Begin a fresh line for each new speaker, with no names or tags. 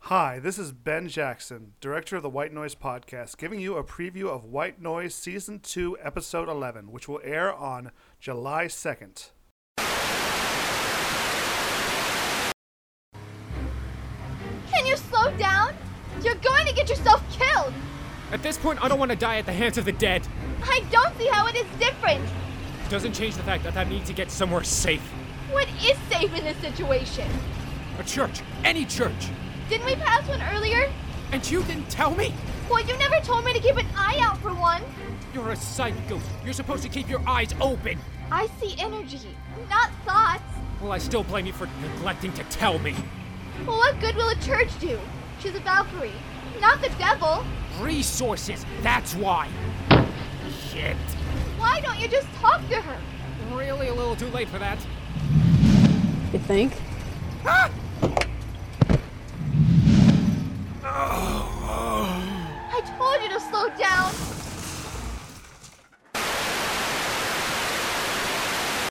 Hi, this is Ben Jackson, director of the White Noise podcast, giving you a preview of White Noise Season 2, Episode 11, which will air on July 2nd.
Can you slow down? You're going to get yourself killed.
At this point, I don't want to die at the hands of the dead.
I don't see how it is different.
Doesn't change the fact that I need to get somewhere safe.
What is safe in this situation?
A church. Any church.
Didn't we pass one earlier?
And you didn't tell me?
Well, you never told me to keep an eye out for one.
You're a psycho. You're supposed to keep your eyes open.
I see energy, not thoughts.
Well, I still blame you for neglecting to tell me.
Well, what good will a church do? She's a Valkyrie, not the devil.
Resources. That's why. Shit.
Why don't you just talk to her?
Really a little too late for that.
You think?
Ah!
I told you to slow down.